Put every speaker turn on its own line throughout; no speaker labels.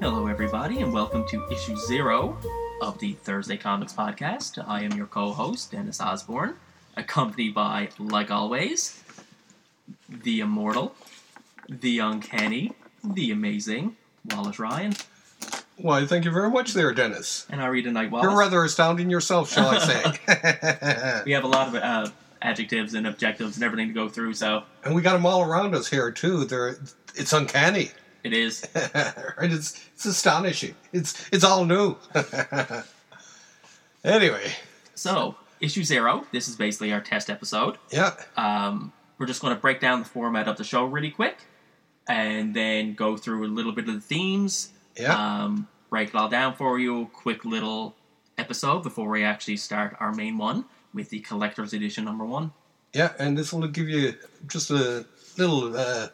Hello, everybody, and welcome to issue zero of the Thursday Comics Podcast. I am your co host, Dennis Osborne, accompanied by, like always, the immortal, the uncanny, the amazing Wallace Ryan.
Why, thank you very much there, Dennis.
And I read a night
You're
Wallace.
rather astounding yourself, shall I say.
We have a lot of uh, adjectives and objectives and everything to go through, so
and we got them all around us here, too. They're, it's uncanny.
it is.
right? It's, it's astonishing. It's, it's all new. anyway,
So, issue zero, this is basically our test episode.
yeah.
Um, we're just going to break down the format of the show really quick and then go through a little bit of the themes,
Yeah.
um, break it all down for you. Quick little episode before we actually start our main one with the collector's edition number one.
yeah. And this will give you just a little uh,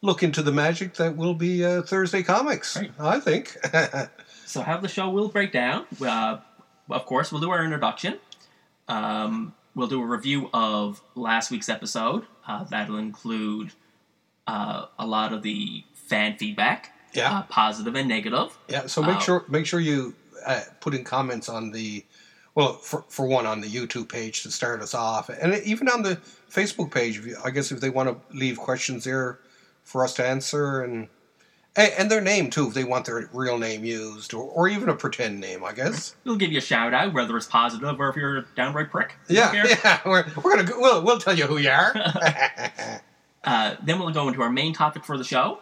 look into the magic that will be uh, Thursday Comics,
Right.
I think.
So, how the show will break down, uh, of course, we'll do our introduction. Um, we'll do a review of last week's episode. Uh, that'll include uh, a lot of the fan feedback,
yeah.
uh, positive and negative.
Yeah, so make
Uh,
sure make sure you uh, put in comments on the well for, for one on the YouTube page to start us off, and even on the Facebook page. If you, I guess if they want to leave questions there for us to answer, and and, and their name too, if they want their real name used or, or even a pretend name, I guess.
We'll give you a shout out, whether it's positive or if you're a downright prick. We don't
Yeah,
care.
yeah, we're, we're gonna go, we'll we'll tell you who you are.
Uh, then we'll go into our main topic for the show.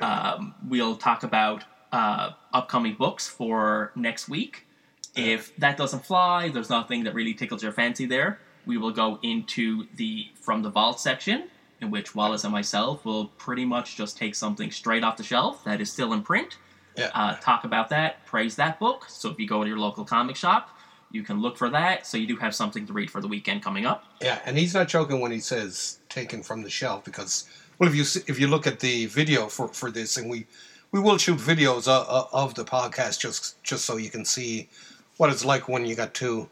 Um, we'll talk about uh, upcoming books for next week. If that doesn't fly, there's nothing that really tickles your fancy there. We will go into the From the Vault section, in which Wallace and myself will pretty much just take something straight off the shelf that is still in print.
Yeah.
Uh, talk about that, praise that book. So if you go to your local comic shop, you can look for that. So you do have something to read for the weekend coming up.
Yeah, and he's not joking when he says taken from the shelf because well, if you s- if you look at the video for, for this, and we we will shoot videos of, of the podcast just just so you can see what it's like when you got two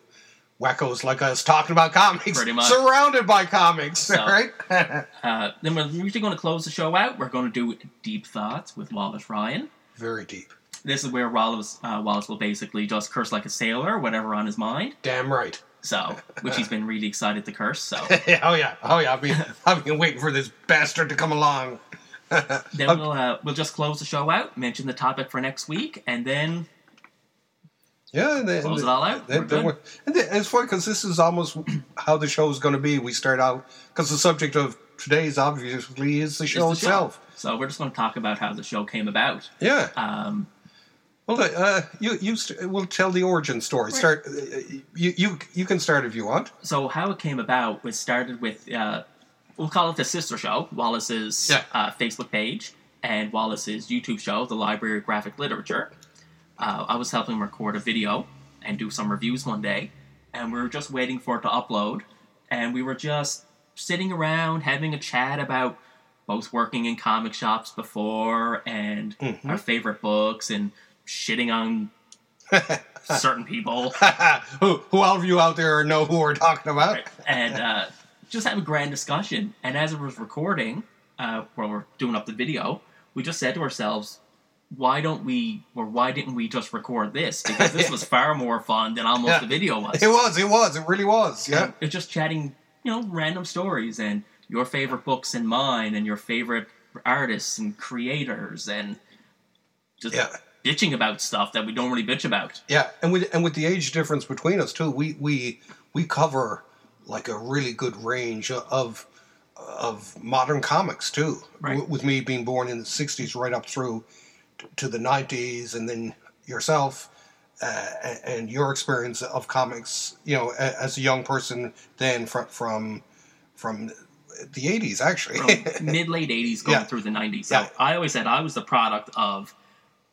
wackos like us talking about comics,
Pretty much.
surrounded by comics,
So-
right?
Uh, then we're usually going to close the show out. We're going to do deep thoughts with Wallace Ryan.
Very deep.
This is where Wallace uh, Wallace will basically just curse like a sailor, whatever on his mind.
Damn right.
So, which he's been really excited to curse. So
Yeah, oh yeah, oh yeah. I've been I've been waiting for this bastard to come along.
then we'll uh, we'll just close the show out, mention the topic for next week, and then
Yeah, and then,
Close it all out.
then-
We're
then
good.
we're- and then- it's funny because this is almost how the show is going to be. We start out because the subject of today's obviously is the
is
show
the
itself.
So we're just going to talk about how the show came about.
Yeah.
Um,
Well, uh, you you st- we'll tell the origin story. Start. Uh, you you you can start if you want.
so how it came about was started with uh, we'll call it the sister show wallace's
Yeah.
uh, facebook page and wallace's youtube show the library of graphic literature uh, i was helping record a video and do some reviews one day and we were just waiting for it to upload and we were just sitting around having a chat about both working in comic shops before and our favorite books and shitting on certain people
who who all of you out there know who we're talking about?
and uh, just have a grand discussion. And as it was recording, uh, while we're doing up the video, we just said to ourselves, "Why don't we, or why didn't we just record this? Because this was far more fun than almost
Yeah.
the video was.
It was. It was. It really was. Yeah.
And It's just chatting, you know, random stories and your favorite books and mine, and your favorite artists and creators, and just
Yeah.
bitching about stuff that we don't really bitch about.
Yeah, and with and with the age difference between us too, we we we cover like a really good range of of modern comics too.
Right.
W- With me being born in the '60s, right up through t- to the '90s, and then yourself uh, a- and your experience of comics, you know, a- as a young person, then from from from the '80s actually.
from mid late eighties going
Yeah.
through the nineties. So
Yeah.
I always said I was the product of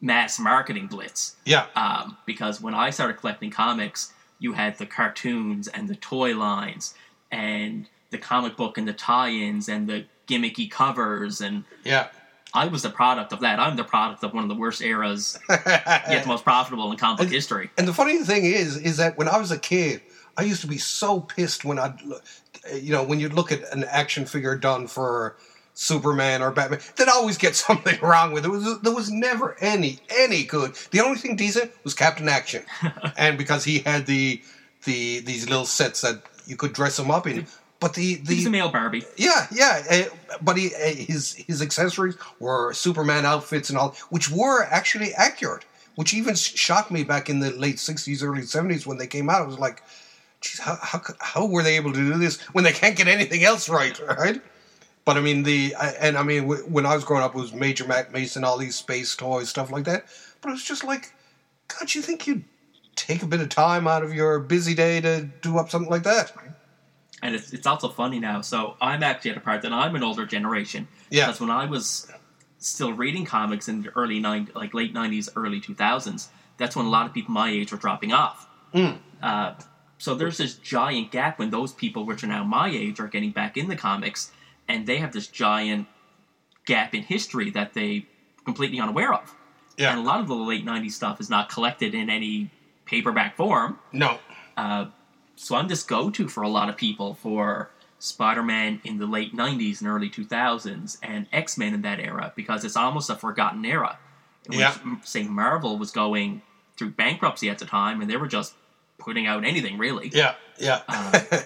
mass marketing blitz
yeah,
um, because when I started collecting comics, you had the cartoons and the toy lines and the comic book and the tie-ins and the gimmicky covers and
yeah.
I was the product of that. I'm the product of one of the worst eras, yet the most profitable in comic history.
And the funny thing is, is that when I was a kid, I used to be so pissed when I, would you know, when you would look at an action figure done for Superman or Batman. They'd always get something wrong with it. Was, there was never any any good. The only thing decent was Captain Action, and because he had the the these little sets that you could dress him up in. But the the
He's a male Barbie.
yeah, yeah. Uh, but he, uh, his his accessories were Superman outfits and all, which were actually accurate. Which even s- shocked me back in the late '60s, early '70s when they came out. I was like, "Geez, how how, c- how were they able to do this when they can't get anything else right?" Right? But I mean the I- and I mean wh- when I was growing up, it was Major Matt Mason, all these space toys, stuff like that. But it was just like, God, you think you'd take a bit of time out of your busy day to do up something like that?
and it's, it's also funny now. So I'm actually at a part that I'm an older generation.
Yeah.
Because when I was still reading comics in the early nine, like late '90s, early 2000s, that's when a lot of people my age were dropping off.
Mm.
Uh, so there's this giant gap when those people, which are now my age, are getting back in the comics, and they have this giant gap in history that they completely unaware of.
Yeah.
And a lot of the late '90s stuff is not collected in any paperback form.
No.
Uh, so I'm this go-to for a lot of people for Spider-Man in the late '90s and early 2000s, and X-Men in that era because it's almost a forgotten era. In which,
Yeah.
m- say Marvel was going through bankruptcy at the time, and they were just putting out anything really. Um,
Yeah. Yeah.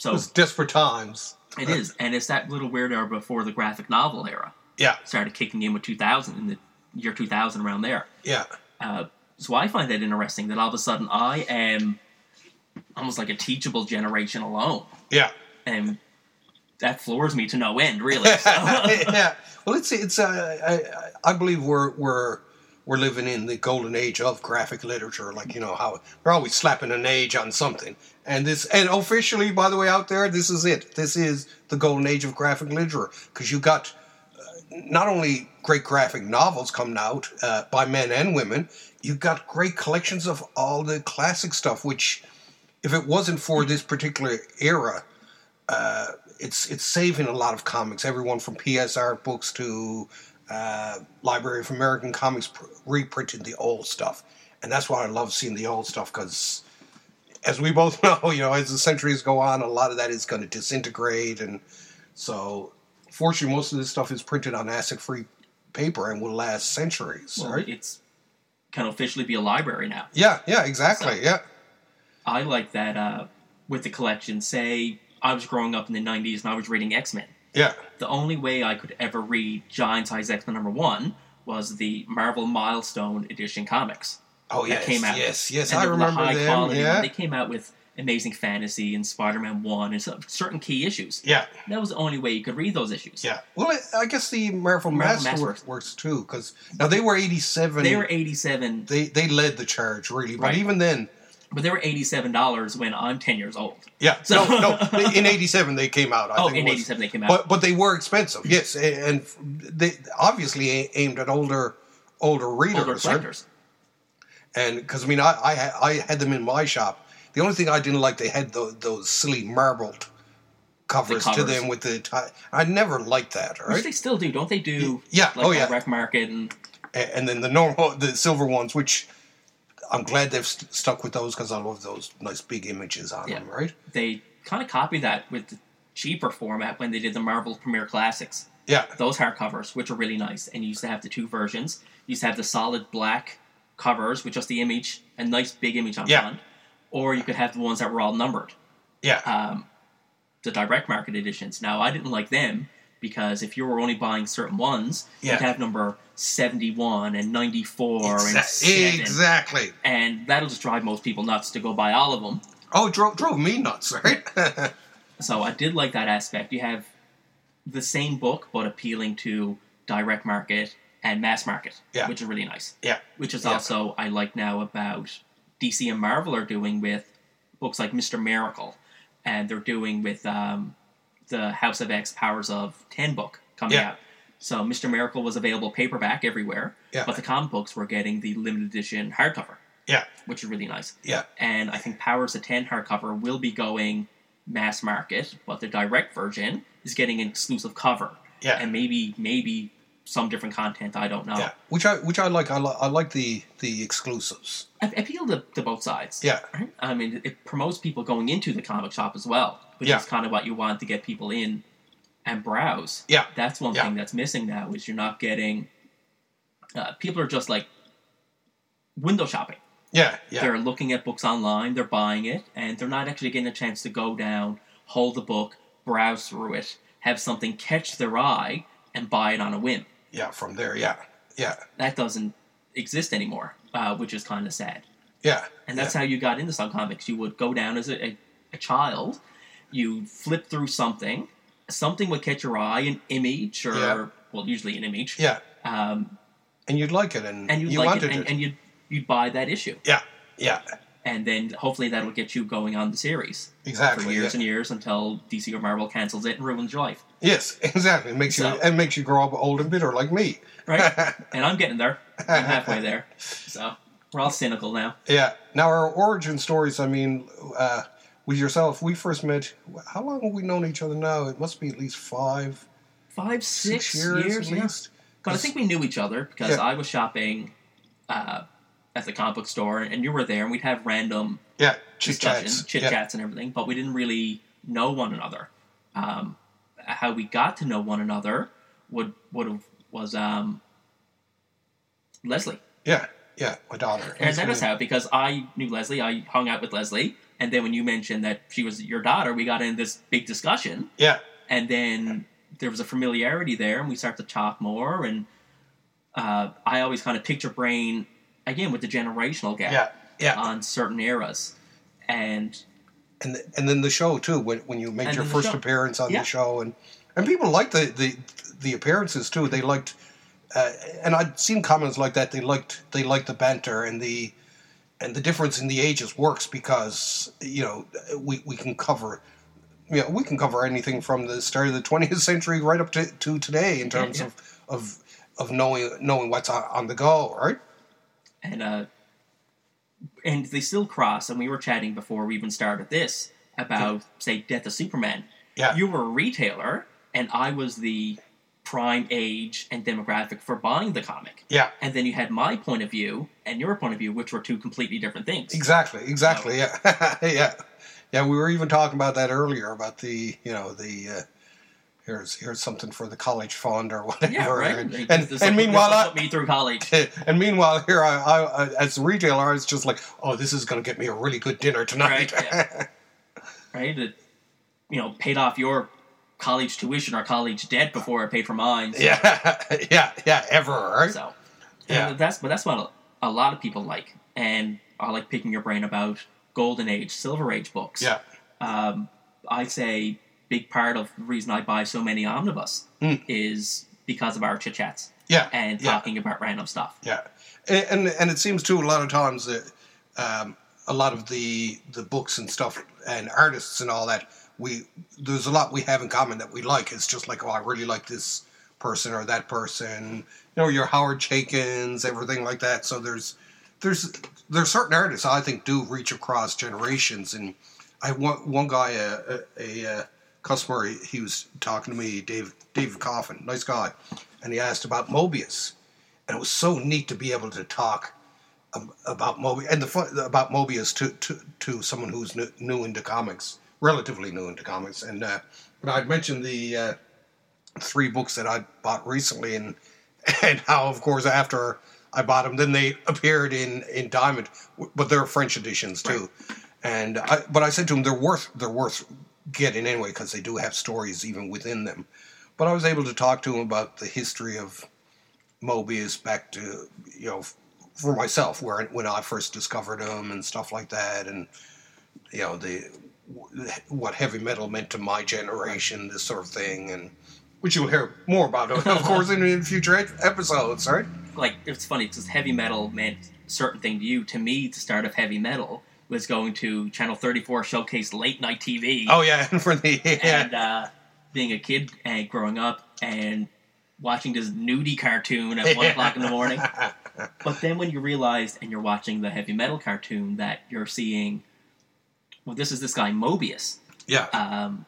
So
It was desperate times.
it is, and it's that little weird era before the graphic novel era
Yeah,
started kicking in with 2000 in the year 2000 around there.
yeah,
Uh, so I find that interesting that all of a sudden I am almost like a teachable generation alone.
yeah,
and that floors me to no end, really. So,
yeah. Well, it's it's uh, I, I believe we're we're we're living in the golden age of graphic literature. Like you know how they're always slapping an age on something, and this and officially, by the way, out there, this is it. This is the golden age of graphic literature because you got uh, not only great graphic novels coming out uh, by men and women, you've got great collections of all the classic stuff. Which, if it wasn't for this particular era, uh, it's it's saving a lot of comics. Everyone from PSR books to uh, Library of American Comics pr- reprinting the old stuff, and that's why I love seeing the old stuff because. As we both know, you know, as the centuries go on, a lot of that is going to disintegrate, and so fortunately, most of this stuff is printed on acid-free paper and will last centuries,
well,
right?
it's can officially be a library now.
Yeah, yeah, exactly. yeah,
I like that uh, with the collection. Say, I was growing up in the '90s and I was reading X Men.
yeah,
The only way I could ever read Giant Size X Men number one was the Marvel Milestone edition comics.
oh
that
yes,
came out.
yes, yes.
and
I
they were the
remember
high
them.
quality.
yeah,
They came out with Amazing Fantasy and Spider Man One and so- certain key issues.
yeah.
That was the only way you could read those issues.
Yeah. Well, I- I guess the Marvel
Marvel
Masterworks
Masterworks.
works too, because now they were eighty-seven.
They were 87
they they led the charge really, but
Right.
even then,
But they were eighty-seven dollars when I'm ten years old.
yeah.
So-
no, no. they- In eighty-seven, they came out. I
oh,
think
in
it was.
eighty-seven they came out.
But but they were expensive. Yes, a- and f- they obviously a- aimed at older older readers.
older
right?
collectors.
and because I mean I, I ha- I had them in my shop. The only thing I didn't like they had tho- those silly marbled covers, to
covers.
them with the tie. I never liked that. Right?
Which they still do, don't they? Do
yeah.
like
oh yeah.
the rec market and
A- and then the normal the silver ones which i'm glad they've st- stuck with those because i love those nice big images on
Yeah.
them right
they kind of copy that with the cheaper format when they did the Marvel Premiere Classics.
yeah
Those hardcovers, which are really nice, and you used to have the two versions. You used to have the solid black covers with just the image, a nice big image on
Yeah.
front, or you could have the ones that were all numbered.
yeah
um, the direct market editions. Now, I didn't like them because if you were only buying certain ones,
Yeah.
you'd have number 71 and 94 and
Exa-
7.
exactly
And that'll just drive most people nuts to go buy all of them.
oh drove, drove me nuts right
So I did like that aspect. You have the same book, but appealing to direct market and mass market,
Yeah.
which is really nice.
yeah
Which is
Yeah.
also, I like now about DC and Marvel are doing with books like Mr. Miracle, and they're doing with um, the House of X Powers of 10 book coming
Yeah.
out. So Mr. Miracle was available paperback everywhere,
Yeah.
but the comic books were getting the limited edition hardcover,
yeah
which is really nice.
yeah
And I think Powers of 10 hardcover will be going mass market, but the direct version is getting an exclusive cover.
Yeah.
And uh, maybe, maybe some different content, I don't know.
yeah which i which i like i, li- I like the the exclusives
I appeal to, to both sides.
yeah
Right? I mean, it promotes people going into the comic shop as well, which
Yeah.
is kind of what you want to get people in and browse.
Yeah.
That's one
Yeah.
thing that's missing now is you're not getting. Uh, people are just like window shopping.
Yeah, yeah,
They're looking at books online, they're buying it, and they're not actually getting a chance to go down, hold the book, browse through it, have something catch their eye, and buy it on a whim.
yeah. From there, yeah, yeah,
That doesn't exist anymore, uh, which is kind of sad.
yeah,
And that's how you got into some comics. You would go down as a, a, a child, you flip through something, something would catch your eye, an image, or,
Yeah.
well, usually an image,
yeah.
um,
And you'd like it, and,
and you'd
you
like it,
wanted
and, and you'd, you'd buy that issue.
yeah, yeah,
And then hopefully that'll get you going on the series for
exactly.
years
yeah.
and years until DC or Marvel cancels it and ruins your life,
Yes, exactly. It makes
So-
you and makes you grow up old and bitter like me.
right? and I'm getting there. I'm halfway there. So we're all cynical now.
Yeah. Now our origin stories. I mean, uh, with yourself, we first met. How long have we known each other now? It must be at least five,
Five,
six
six,
years, at
yeah.
least.
But I think we knew each other because
Yeah.
I was shopping uh, at the comic book store, and you were there, and we'd have random
Yeah. Chit
discussions,
chats.
chit
yeah.
chats, and everything. But we didn't really know one another. Um, how we got to know one another would would have was um, Leslie,
yeah. Yeah. My daughter.
and that is how because I knew Leslie. I hung out with Leslie, and then when you mentioned that she was your daughter, we got in this big discussion
Yeah.
and then there was a familiarity there, and we start to talk more. And uh, I always kind of picture brain again with the generational gap
Yeah. Yeah.
on certain eras, and
and th- and then the show too when when you made
And
your
then the
first
show.
appearance on
Yeah.
the show and and people liked the the the appearances too they liked uh, and I'd seen comments like that they liked they liked the banter and the and the difference in the ages works because you know we we can cover you know, we can cover anything from the start of the 20th century right up to, to today in terms
yeah.
of of of knowing knowing what's on, on the go right
and uh, and they still cross. And we were chatting before we even started this about say Death of Superman.
Yeah.
you were a retailer, and I was the prime age and demographic for buying the comic.
yeah
And then you had my point of view and your point of view, which were two completely different things.
Exactly. Exactly.
Oh.
Yeah. yeah. Yeah. We were even talking about that earlier about the you know the uh, here's here's something for the college fund or whatever.
Yeah, right.
And
Like,
and,
this is
and
what-
meanwhile,
this is what
I,
put me through college.
and meanwhile here I, I, I as a retailer I was just like oh this is going to get me a really good dinner tonight.
Right, yeah. Right, it, you know, paid off your college tuition or college debt before I paid for mine.
yeah. yeah. Yeah. Ever. Right.
So,
Yeah.
yeah, that's but that's what a lot of people like, and I like picking your brain about golden age, silver age books.
Yeah.
um, I'd say big part of the reason I buy so many omnibus
Hmm.
is because of our chit chats
Yeah.
and uh,
Yeah.
talking about random stuff.
Yeah, and and, and it seems too a lot of times that um, a lot of the the books and stuff and artists and all that we there's a lot we have in common that we like. It's just like oh, I really like this person or that person. You know, your Howard Jenkins, everything like that. So there's there's there's certain artists I think do reach across generations. And I one one guy a a, a uh, customer he, he was talking to me, Dave David Coffin, nice guy, and he asked about Mobius and it was so neat to be able to talk ab- about Mobius and the fun, about Mobius to, to to someone who's new, new into comics, relatively new into comics. And uh, but I'd mentioned the uh, three books that I bought recently, and and how of course after I bought them, then they appeared in in Diamond, w- but they're French editions too. And I, but I said to him, they're worth they're worth getting anyway because they do have stories even within them. But I was able to talk to him about the history of Mobius back to you know f- for myself where when I first discovered him and stuff like that and you know the what heavy metal meant to my generation this sort of thing and which you'll hear more about of course in, in future ep- episodes right
Like it's funny because heavy metal meant a certain thing to you. To me, the start of heavy metal was going to Channel Thirty Four showcase late night TV.
oh yeah and for the yeah
and uh, being a kid and growing up and watching this nudie cartoon at one o'clock in the morning. But then when you realize and you're watching the heavy metal cartoon that you're seeing, well, this is this guy Mobius,
yeah
um,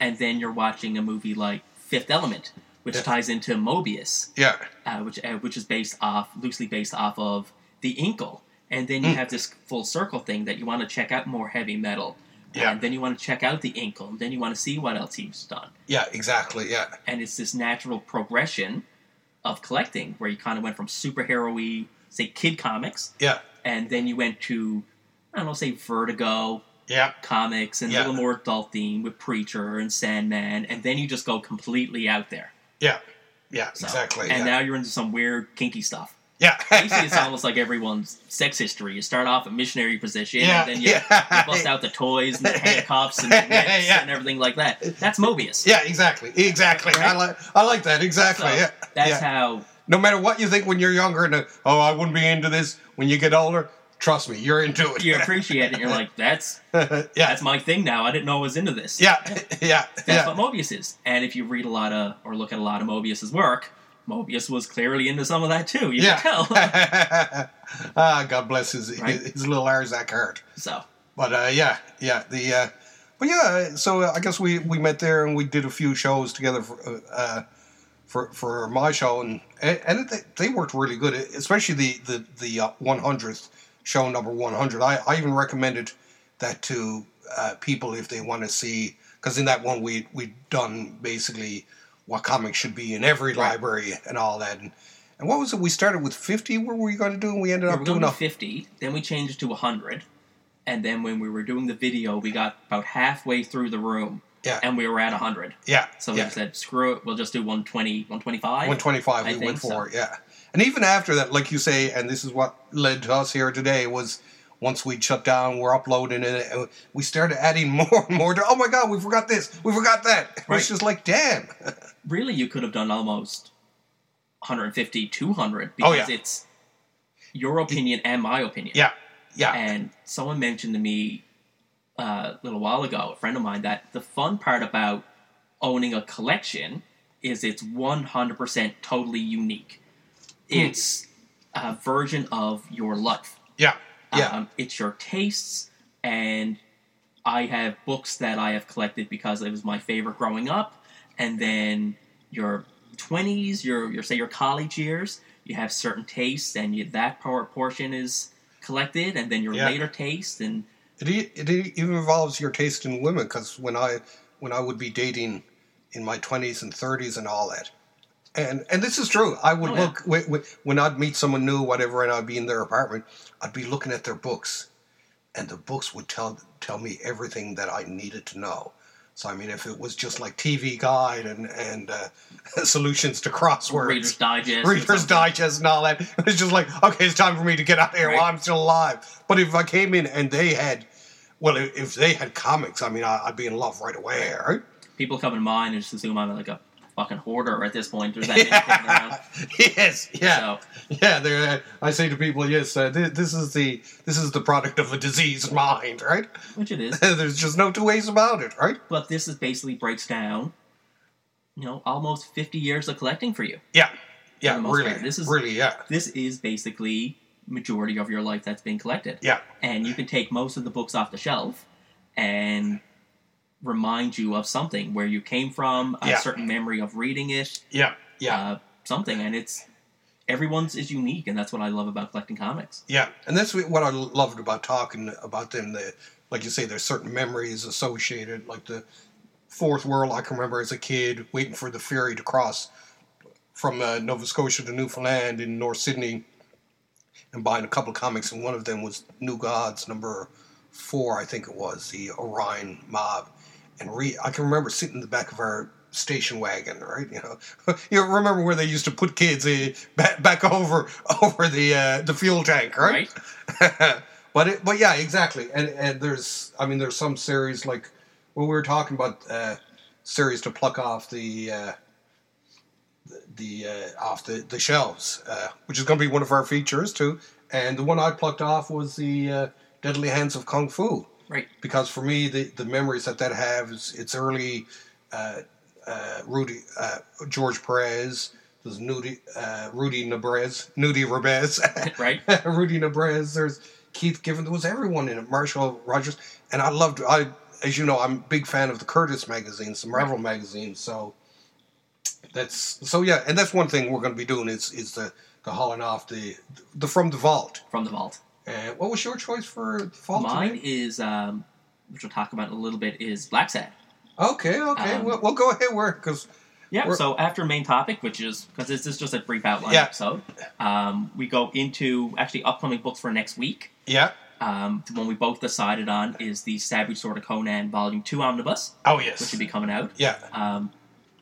and then you're watching a movie like Fifth Element, which
Yeah.
ties into Mobius,
yeah
uh, which uh, which is based off loosely based off
Hmm.
of the Inkle, and then you have this full circle thing that you want to check out more heavy metal.
Yeah.
And then you want to check out the income. Then you want to see what else he's done.
Yeah, exactly. Yeah.
And it's this natural progression of collecting where you kind of went from superhero-y, say, kid comics,
Yeah.
and then you went to, I don't know, say, Vertigo
Yeah.
comics and a
Yeah.
little more adult theme with Preacher and Sandman. And then you just go completely out there.
Yeah. Yeah.
So-
Exactly.
And
yeah.
now you're into some weird, kinky stuff. Basically, it's
yeah.
almost like everyone's sex history. You start off at missionary position,
Yeah,
and then you,
yeah.
you bust out the toys and the handcuffs and the whips
Yeah.
and everything like that. That's Mobius.
yeah. Exactly. Exactly. I
Right?
like. I like that. Exactly.
So
yeah.
That's
yeah.
how.
no matter what you think when you're younger, and uh, oh, I wouldn't be into this. When you get older, trust me, you're into it.
You appreciate it. You're like, that's
yeah.
that's my thing now. I didn't know I was into this.
Yeah. Yeah.
That's
Yeah.
what Mobius is. And if you read a lot of or look at a lot of Mobius's work, Mobius was clearly into some of that too. You
Yeah.
can tell.
ah, God bless his
Right.
his, his little Arzak heart.
so
But uh, yeah, yeah, the uh, but yeah, so I guess we we met there and we did a few shows together for uh, for for my show and and they, they worked really good, especially the the the one hundredth show number one hundred. I I even recommended that to uh, people if they want to see because in that one we we done basically what comics should be in every library and all that and. And what was it? We started with fifty. What were we going to do? And we ended
we
up
were
doing
going
a
to 50, then we changed to 100. And then when we were doing the video, we got about halfway through the room
Yeah.
and we were at 100.
yeah.
So
yeah.
we said, screw it, we'll just do 120, 125.
125
I
we went
think so.
for yeah and even after that like you say and this is what led to us here today was once we shut down we're uploading it and we started adding more and more to oh my god we forgot this we forgot that it
Right.
was just like damn
Really, you could have done almost 150, 200
Oh,
because it's your opinion and my opinion.
yeah yeah
And someone mentioned to me uh, a little while ago, a friend of mine, that the fun part about owning a collection is it's 100% totally unique.
Hmm.
It's a version of your life.
yeah yeah
Um, it's your tastes, and I have books that I have collected because it was my favorite growing up, and then your twenties, your your say your college years, you have certain tastes, and you, that part portion is collected, and then your
Yeah.
later taste, and
it, e- it e- even involves your taste in women because when i when i would be dating in my 20s and 30s and all that and and this is true i would
Oh, yeah.
look wh- wh- when i'd meet someone new whatever and i'd be in their apartment i'd be looking at their books and the books would tell tell me everything that i needed to know so i mean if it was just like tv guide and and uh, solutions to crosswords
Reader's Digest, or
Reader's
something.
Digest and all that. It was just like, okay, it's time for me to get out of here while
Right.
I'm still alive. But if I came in and they had, well, if if they had comics, I mean, I- I'd be in love right away, right?
People come to mind and just assume I'm like a fucking hoarder at this point. There's that many kicking around.
yes, yeah,
So
yeah. They're, uh, I say to people, yes, uh, thi- this is the this is the product of a diseased mind, right?
which it is.
There's just no two ways about it, right?
But this is basically breaks down, you know, almost 50 years of collecting for you.
Yeah, yeah,
the most
really,
part, this is-
really, yeah,
This is basically majority of your life that's been collected.
yeah,
And you can take most of the books off the shelf and remind you of something where you came from, a
Yeah.
certain memory of reading it,
yeah, yeah.
uh, something. And it's everyone's is unique, and that's what I love about collecting comics.
Yeah, and that's what I loved about talking about them. The like you say, there's certain memories associated, like the fourth world. I can remember as a kid waiting for the ferry to cross from uh, Nova Scotia to Newfoundland in North Sydney, and buying a couple of comics, and one of them was New Gods number four, I think it was, the Orion Mob, and re- I can remember sitting in the back of our station wagon, right? You know, you remember where they used to put kids eh, back, back over over the uh, the fuel tank, right?
Right?
but it, but yeah, exactly. And and there's I mean there's some series like when we were talking about uh, series to pluck off the uh, the uh, off the the shelves, uh, which is going to be one of our features too. And the one I plucked off was the uh, Deadly Hands of Kung Fu
Right.
because for me the, the memories that that have is it's early uh, uh, Rudy uh, George Perez. There's Nudi, uh, Rudy Nebrez, Nudi Rebez,
Right?
Rudy Nebrez, there's Keith Giffen, there was everyone in it, Marshall Rogers. And I loved I as you know, I'm a big fan of the Curtis magazines, the Marvel magazines, so that's so yeah, and that's one thing we're gonna be doing is is the the hauling off the the from the vault.
From the vault.
And what was your choice for the vault?
Mine
today?
is um, which we'll talk about in a little bit, is Black Sad.
Okay, okay.
Um,
we'll, we'll go ahead where because
Yeah.
We're-
so after main topic, which is because this is just a brief outline
Yeah.
episode, um, we go into actually upcoming books for next week.
yeah.
Um, the one we both decided on is the Savage Sword of Conan Volume Two Omnibus,
Oh
which
yes.
should be coming out.
Yeah.
Um,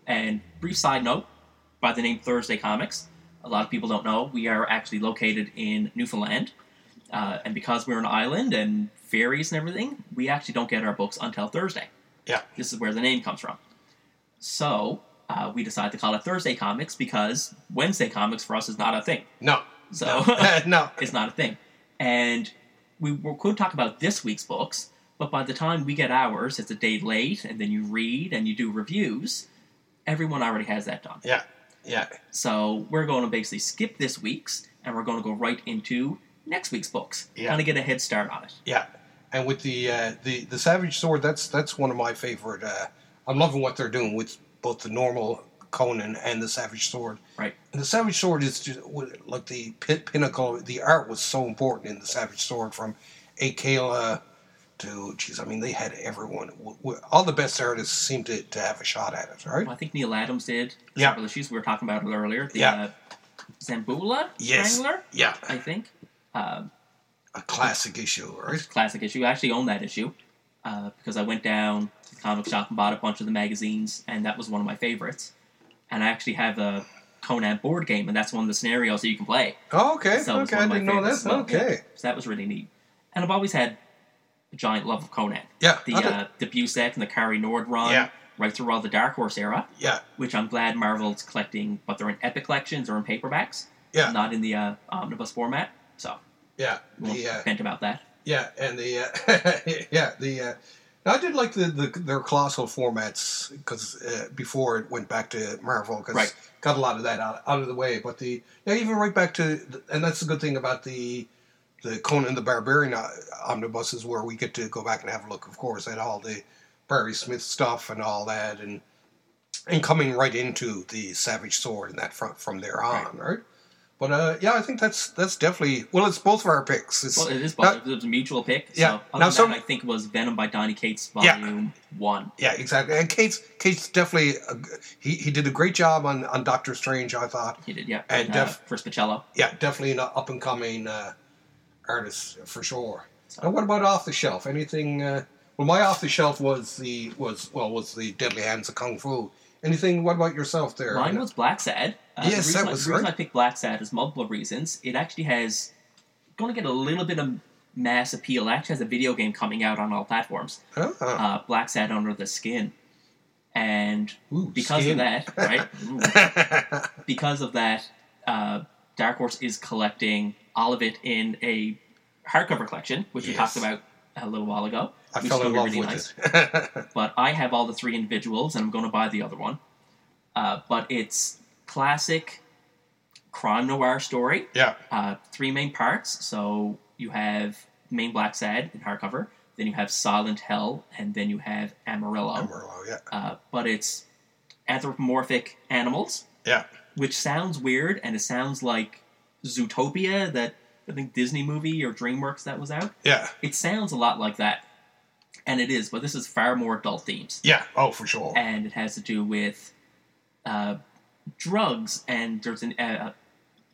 and brief side note, by the name Thursday Comics, a lot of people don't know we are actually located in Newfoundland, uh, and because we're an island and ferries and everything, we actually don't get our books until Thursday.
Yeah.
this is where the name comes from. So uh, we decided to call it Thursday Comics because Wednesday Comics for us is not a thing.
No.
So
no. no.
it's not a thing. And we were- could talk about this week's books, but by the time we get ours, it's a day late, and then you read and you do reviews. Everyone already has that done.
Yeah. Yeah.
So we're going to basically skip this week's, and we're going to go right into next week's books.
Yeah.
Kind of get a head start on it.
Yeah, and with the uh, the the Savage Sword, that's that's one of my favorite. Uh, I'm loving what they're doing with both the normal Conan and the Savage Sword.
Right.
And the Savage Sword is just like the pin- pinnacle. The art was so important in the Savage Sword, from Akela to geez, I mean they had everyone. W- w- All the best artists seemed to, to have a shot at it, right?
Well, I think Neil Adams did
Yeah.
several issues. We were talking about it earlier. The,
Yeah.
Uh, Zambula
Yes.
Strangler,
Yeah,
I think. Um,
a classic issue, right?
classic issue. I actually own that issue uh, because I went down to the comic shop and bought a bunch of the magazines, and that was one of my favorites. And I actually have a Conan board game, and that's one of the scenarios that you can play.
Oh, okay,
So it was
okay,
one
I
of my
didn't know
favorites
that.
as well.
Okay,
So that was really neat. And I've always had a giant love of Conan.
yeah,
The
I did-
uh, the Busek and the Kari Nord run,
Yeah.
right through all the Dark Horse era,
yeah,
which I'm glad Marvel's collecting, but they're in epic collections or in paperbacks,
yeah,
not in the uh, omnibus format. So,
yeah.
we won't
The uh,
vent about that.
Yeah, and the uh, yeah the uh, now I did like the, the their colossal formats because uh, before it went back to Marvel because
Right.
got a lot of that out, out of the way. But the yeah even right back to and that's the good thing about the the Conan the Barbarian uh, omnibuses where we get to go back and have a look, of course, at all the Barry Smith stuff and all that, and and coming right into the Savage Sword and that from from there on, right? But uh, yeah, I think that's that's definitely well, it's both of our picks. It's,
Well, it is
Now-
both. it was a mutual pick. So
Yeah.
Other
Now,
than
some-
that, I think it was Venom by Donny Cates,
Yeah.
Volume One.
Yeah, exactly. And Kate's Kate's definitely a g he he did a great job on on Doctor Strange. I thought.
He did, yeah.
And
uh,
def-
Chris Pacello.
Yeah, definitely an up and coming uh, artist for sure. And what about off the shelf? Anything? Uh, well, my off the shelf was the was well was the Deadly Hands of Kung Fu. Anything? What about yourself there?
Mine was Black Sad. Uh,
Yes,
the reason
that
I,
was
the reason
right.
I picked Black Sad is multiple reasons. It actually has going to get a little bit of mass appeal. It actually has a video game coming out on all platforms.
Ah,
Uh, Black Sad under the skin, and
ooh,
because
skin.
of that, right? Ooh. because of that, uh, Dark Horse is collecting all of it in a hardcover collection, which we
Yes.
talked about a little while ago.
I
which is
fell in
gonna be
love
really
with
nice.
it.
But I have all the three individuals, and I'm going to buy the other one. Uh, but it's classic crime noir story.
yeah,
Uh, three main parts. So you have main Black Sad in hardcover, then you have Silent Hell, and then you have Amarillo.
Amarillo. Yeah,
uh, but it's anthropomorphic animals
yeah,
which sounds weird and it sounds like Zootopia, that I think Disney movie or DreamWorks that was out.
yeah,
It sounds a lot like that, and it is, but this is far more adult themes,
yeah. Oh, for sure.
and it has to do with uh, drugs. And there's an uh,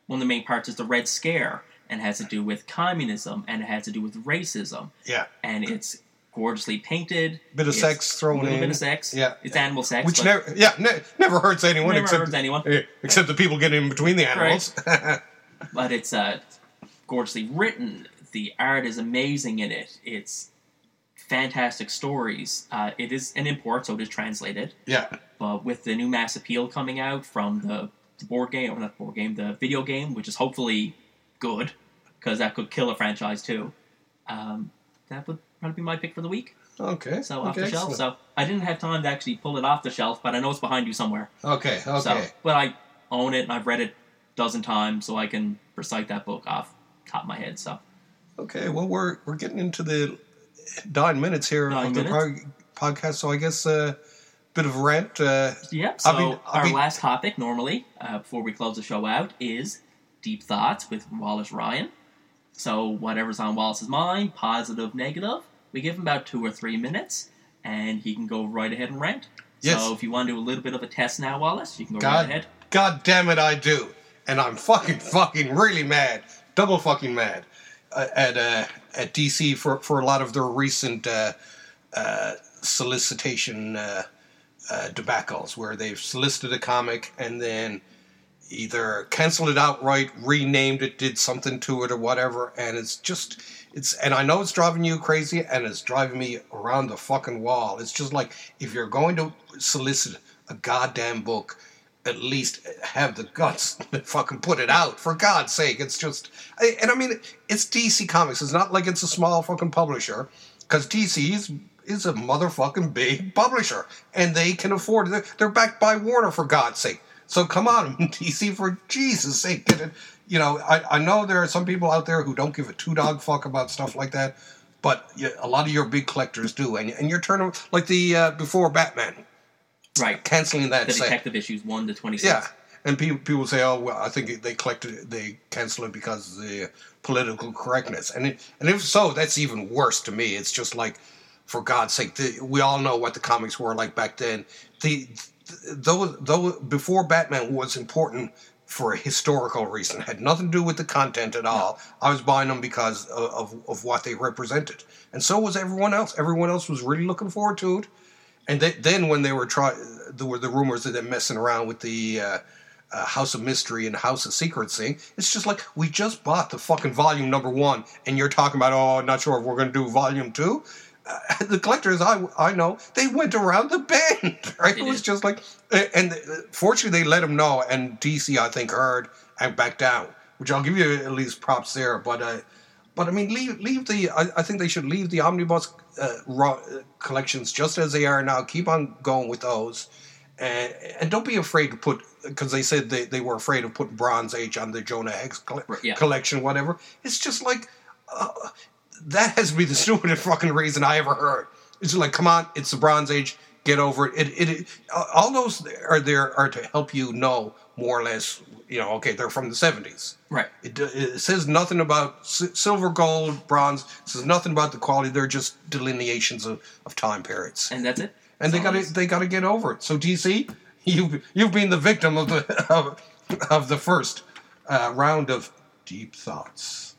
one of the main parts is the Red Scare, and it has to do with communism, and it has to do with racism,
Yeah,
and it's gorgeously painted,
bit of
Yes.
sex
a
thrown
little
in,
bit of sex,
Yeah.
it's animal sex,
which
but
never yeah ne- never hurts anyone
never
except
hurts anyone.
Yeah, Except the people getting in between the animals.
but it's uh, gorgeously written. The art is amazing in it. It's fantastic stories. Uh, it is an import, so it is translated.
yeah,
But with the new mass appeal coming out from the, the board game, or not the board game, the video game, which is hopefully good, because that could kill a franchise too. Um, that would probably be my pick for the week.
okay.
So
okay,
off the shelf.
excellent.
So I didn't have time to actually pull it off the shelf, but I know it's behind you somewhere.
Okay, okay.
So, but I own it and I've read it a dozen times, so I can recite that book off the top of my head. So
Okay, well, we're we're getting into the nine minutes here
Nine
of
minutes.
the prog- podcast, so I guess a uh, bit of rant. Uh,
Yep. So
I'll be- I'll
our
be-
last topic, normally, uh, before we close the show out, is deep thoughts with Wallace Ryan. So whatever's on Wallace's mind, positive, negative, We give him about two or three minutes, and he can go right ahead and rant.
Yes.
So if you want to do a little bit of a test now, Wallace, you can go
God.
right ahead.
God damn it, I do. And I'm fucking, fucking really mad. Double fucking mad. Uh, at, uh, at DC for, for a lot of their recent uh, uh, solicitation uh, uh, debacles, where they've solicited a comic and then either canceled it outright, renamed it, did something to it or whatever. And it's just, it's, and I know it's driving you crazy and it's driving me around the fucking wall. It's just like, if you're going to solicit a goddamn book, at least have the guts to fucking put it out. For God's sake, it's just, I, and I mean, it's DC Comics. It's not like it's a small fucking publisher because DC is is a motherfucking big publisher, and they can afford it. They're, they're backed by Warner for God's sake. So come on, DC, for Jesus' sake, get it. You know, I, I know there are some people out there who don't give a two dog fuck about stuff like that, but you, a lot of your big collectors do, and and you're turning like the uh, before Batman
Right.
canceling that
The
sale.
detective issues one to twenty six.
Yeah, and people people say, "Oh, well, I think they collected, they canceled it because of the political correctness." And it, and if so, that's even worse to me. It's just like, for God's sake, the, we all know what the comics were like back then. The though though before Batman was important for a historical reason, had nothing to do with the content at all. I was buying them because of, of of what they represented, and so was everyone else. Everyone else was really looking forward to it. And th then when they were try, there were the rumors that they're messing around with the uh, uh, House of Mystery and House of Secrets thing. It's just like we just bought the fucking volume number one, and you're talking about oh, not sure if we're going to do volume two. Uh, the collectors I I know they went around the bend. Right? It
They
was
did.
just like, a- and uh, fortunately they let them know, and DC I think heard and backed down, which I'll give you at least props there. But uh, but I mean, leave leave the. I, I think they should leave the omnibus uh, raw, uh, collections just as they are now. Keep on going with those, and and don't be afraid to put because they said they, they were afraid of putting Bronze Age on the Jonah Hex colle-
Right, yeah.
collection, whatever. It's just like uh, that has to be the stupidest fucking reason I ever heard. It's like, come on, it's the Bronze Age. Get over it. It, it, it. All those are there are to help you know more or less. You know, okay, they're from the seventies.
Right.
It, do- it says nothing about si- silver, gold, bronze. It says nothing about the quality. They're just delineations of, of time periods,
And that's it.
and they
So
got to
it's-
they got to get over it. So DC, you you've been the victim of the of, of the first uh, round of deep thoughts.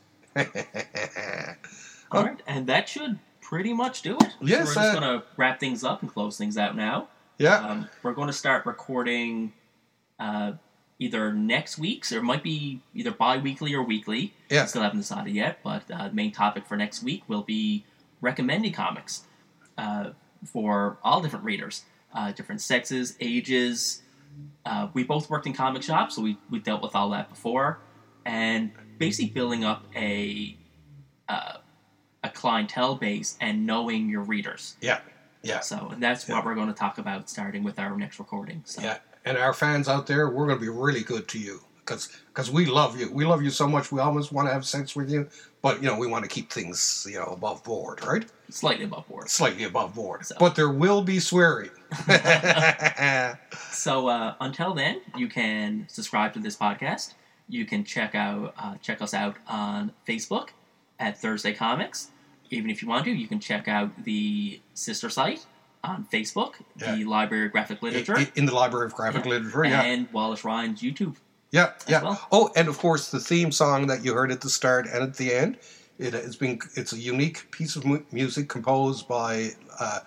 All right, and that should pretty much do it.
Yes,
so we're just
uh,
going to wrap things up and close things out now.
Yeah,
Um, we're going to start recording uh, either next week's or it might be either bi-weekly or weekly.
Yeah.
Still haven't decided yet, but uh, the main topic for next week will be recommending comics uh, for all different readers, uh, different sexes, ages. Uh, we both worked in comic shops, so we, we dealt with all that before. And basically building up a, uh, a clientele base and knowing your readers.
yeah, yeah.
So, and that's what we're going to talk about starting with our next recording. So,
Yeah, and our fans out there, we're going to be really good to you because we love you. We love you so much. We almost want to have sex with you, but you know we want to keep things you know above board, right?
slightly above board.
Slightly above board,
So-
but there will be swearing.
So, uh, until then, you can subscribe to this podcast. You can check out uh, check us out on Facebook at Thursday Comics. Even if you want to, you can check out the sister site on Facebook, the
Yeah.
Library of Graphic Literature,
In, in the Library of Graphic
Yeah.
Literature, yeah.
and Wallace Ryan's YouTube.
Yeah, yeah.
well.
Oh, and of course, the theme song that you heard at the start and at the end, it, it's been it's a unique piece of mu- music composed by uh,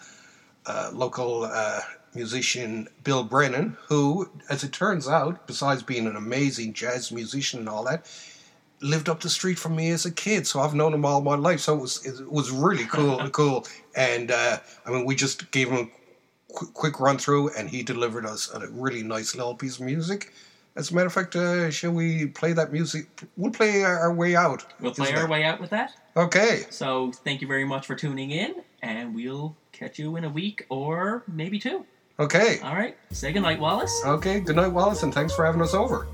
uh, local uh, musician Bill Brennan, who, as it turns out, besides being an amazing jazz musician and all that, lived up the street from me as a kid. So I've known him all my life. So it was it was really cool, cool. And uh, I mean, we just gave him a qu- quick run through, and he delivered us a really nice little piece of music. As a matter of fact, uh, shall we play that music? We'll play our, our way out.
We'll play
Isn't
our
it?
way out with that.
Okay.
So, thank you very much for tuning in, and we'll catch you in a week or maybe two.
Okay.
All right, say goodnight, Wallace.
Okay. Good night, Wallace, and thanks for having us over.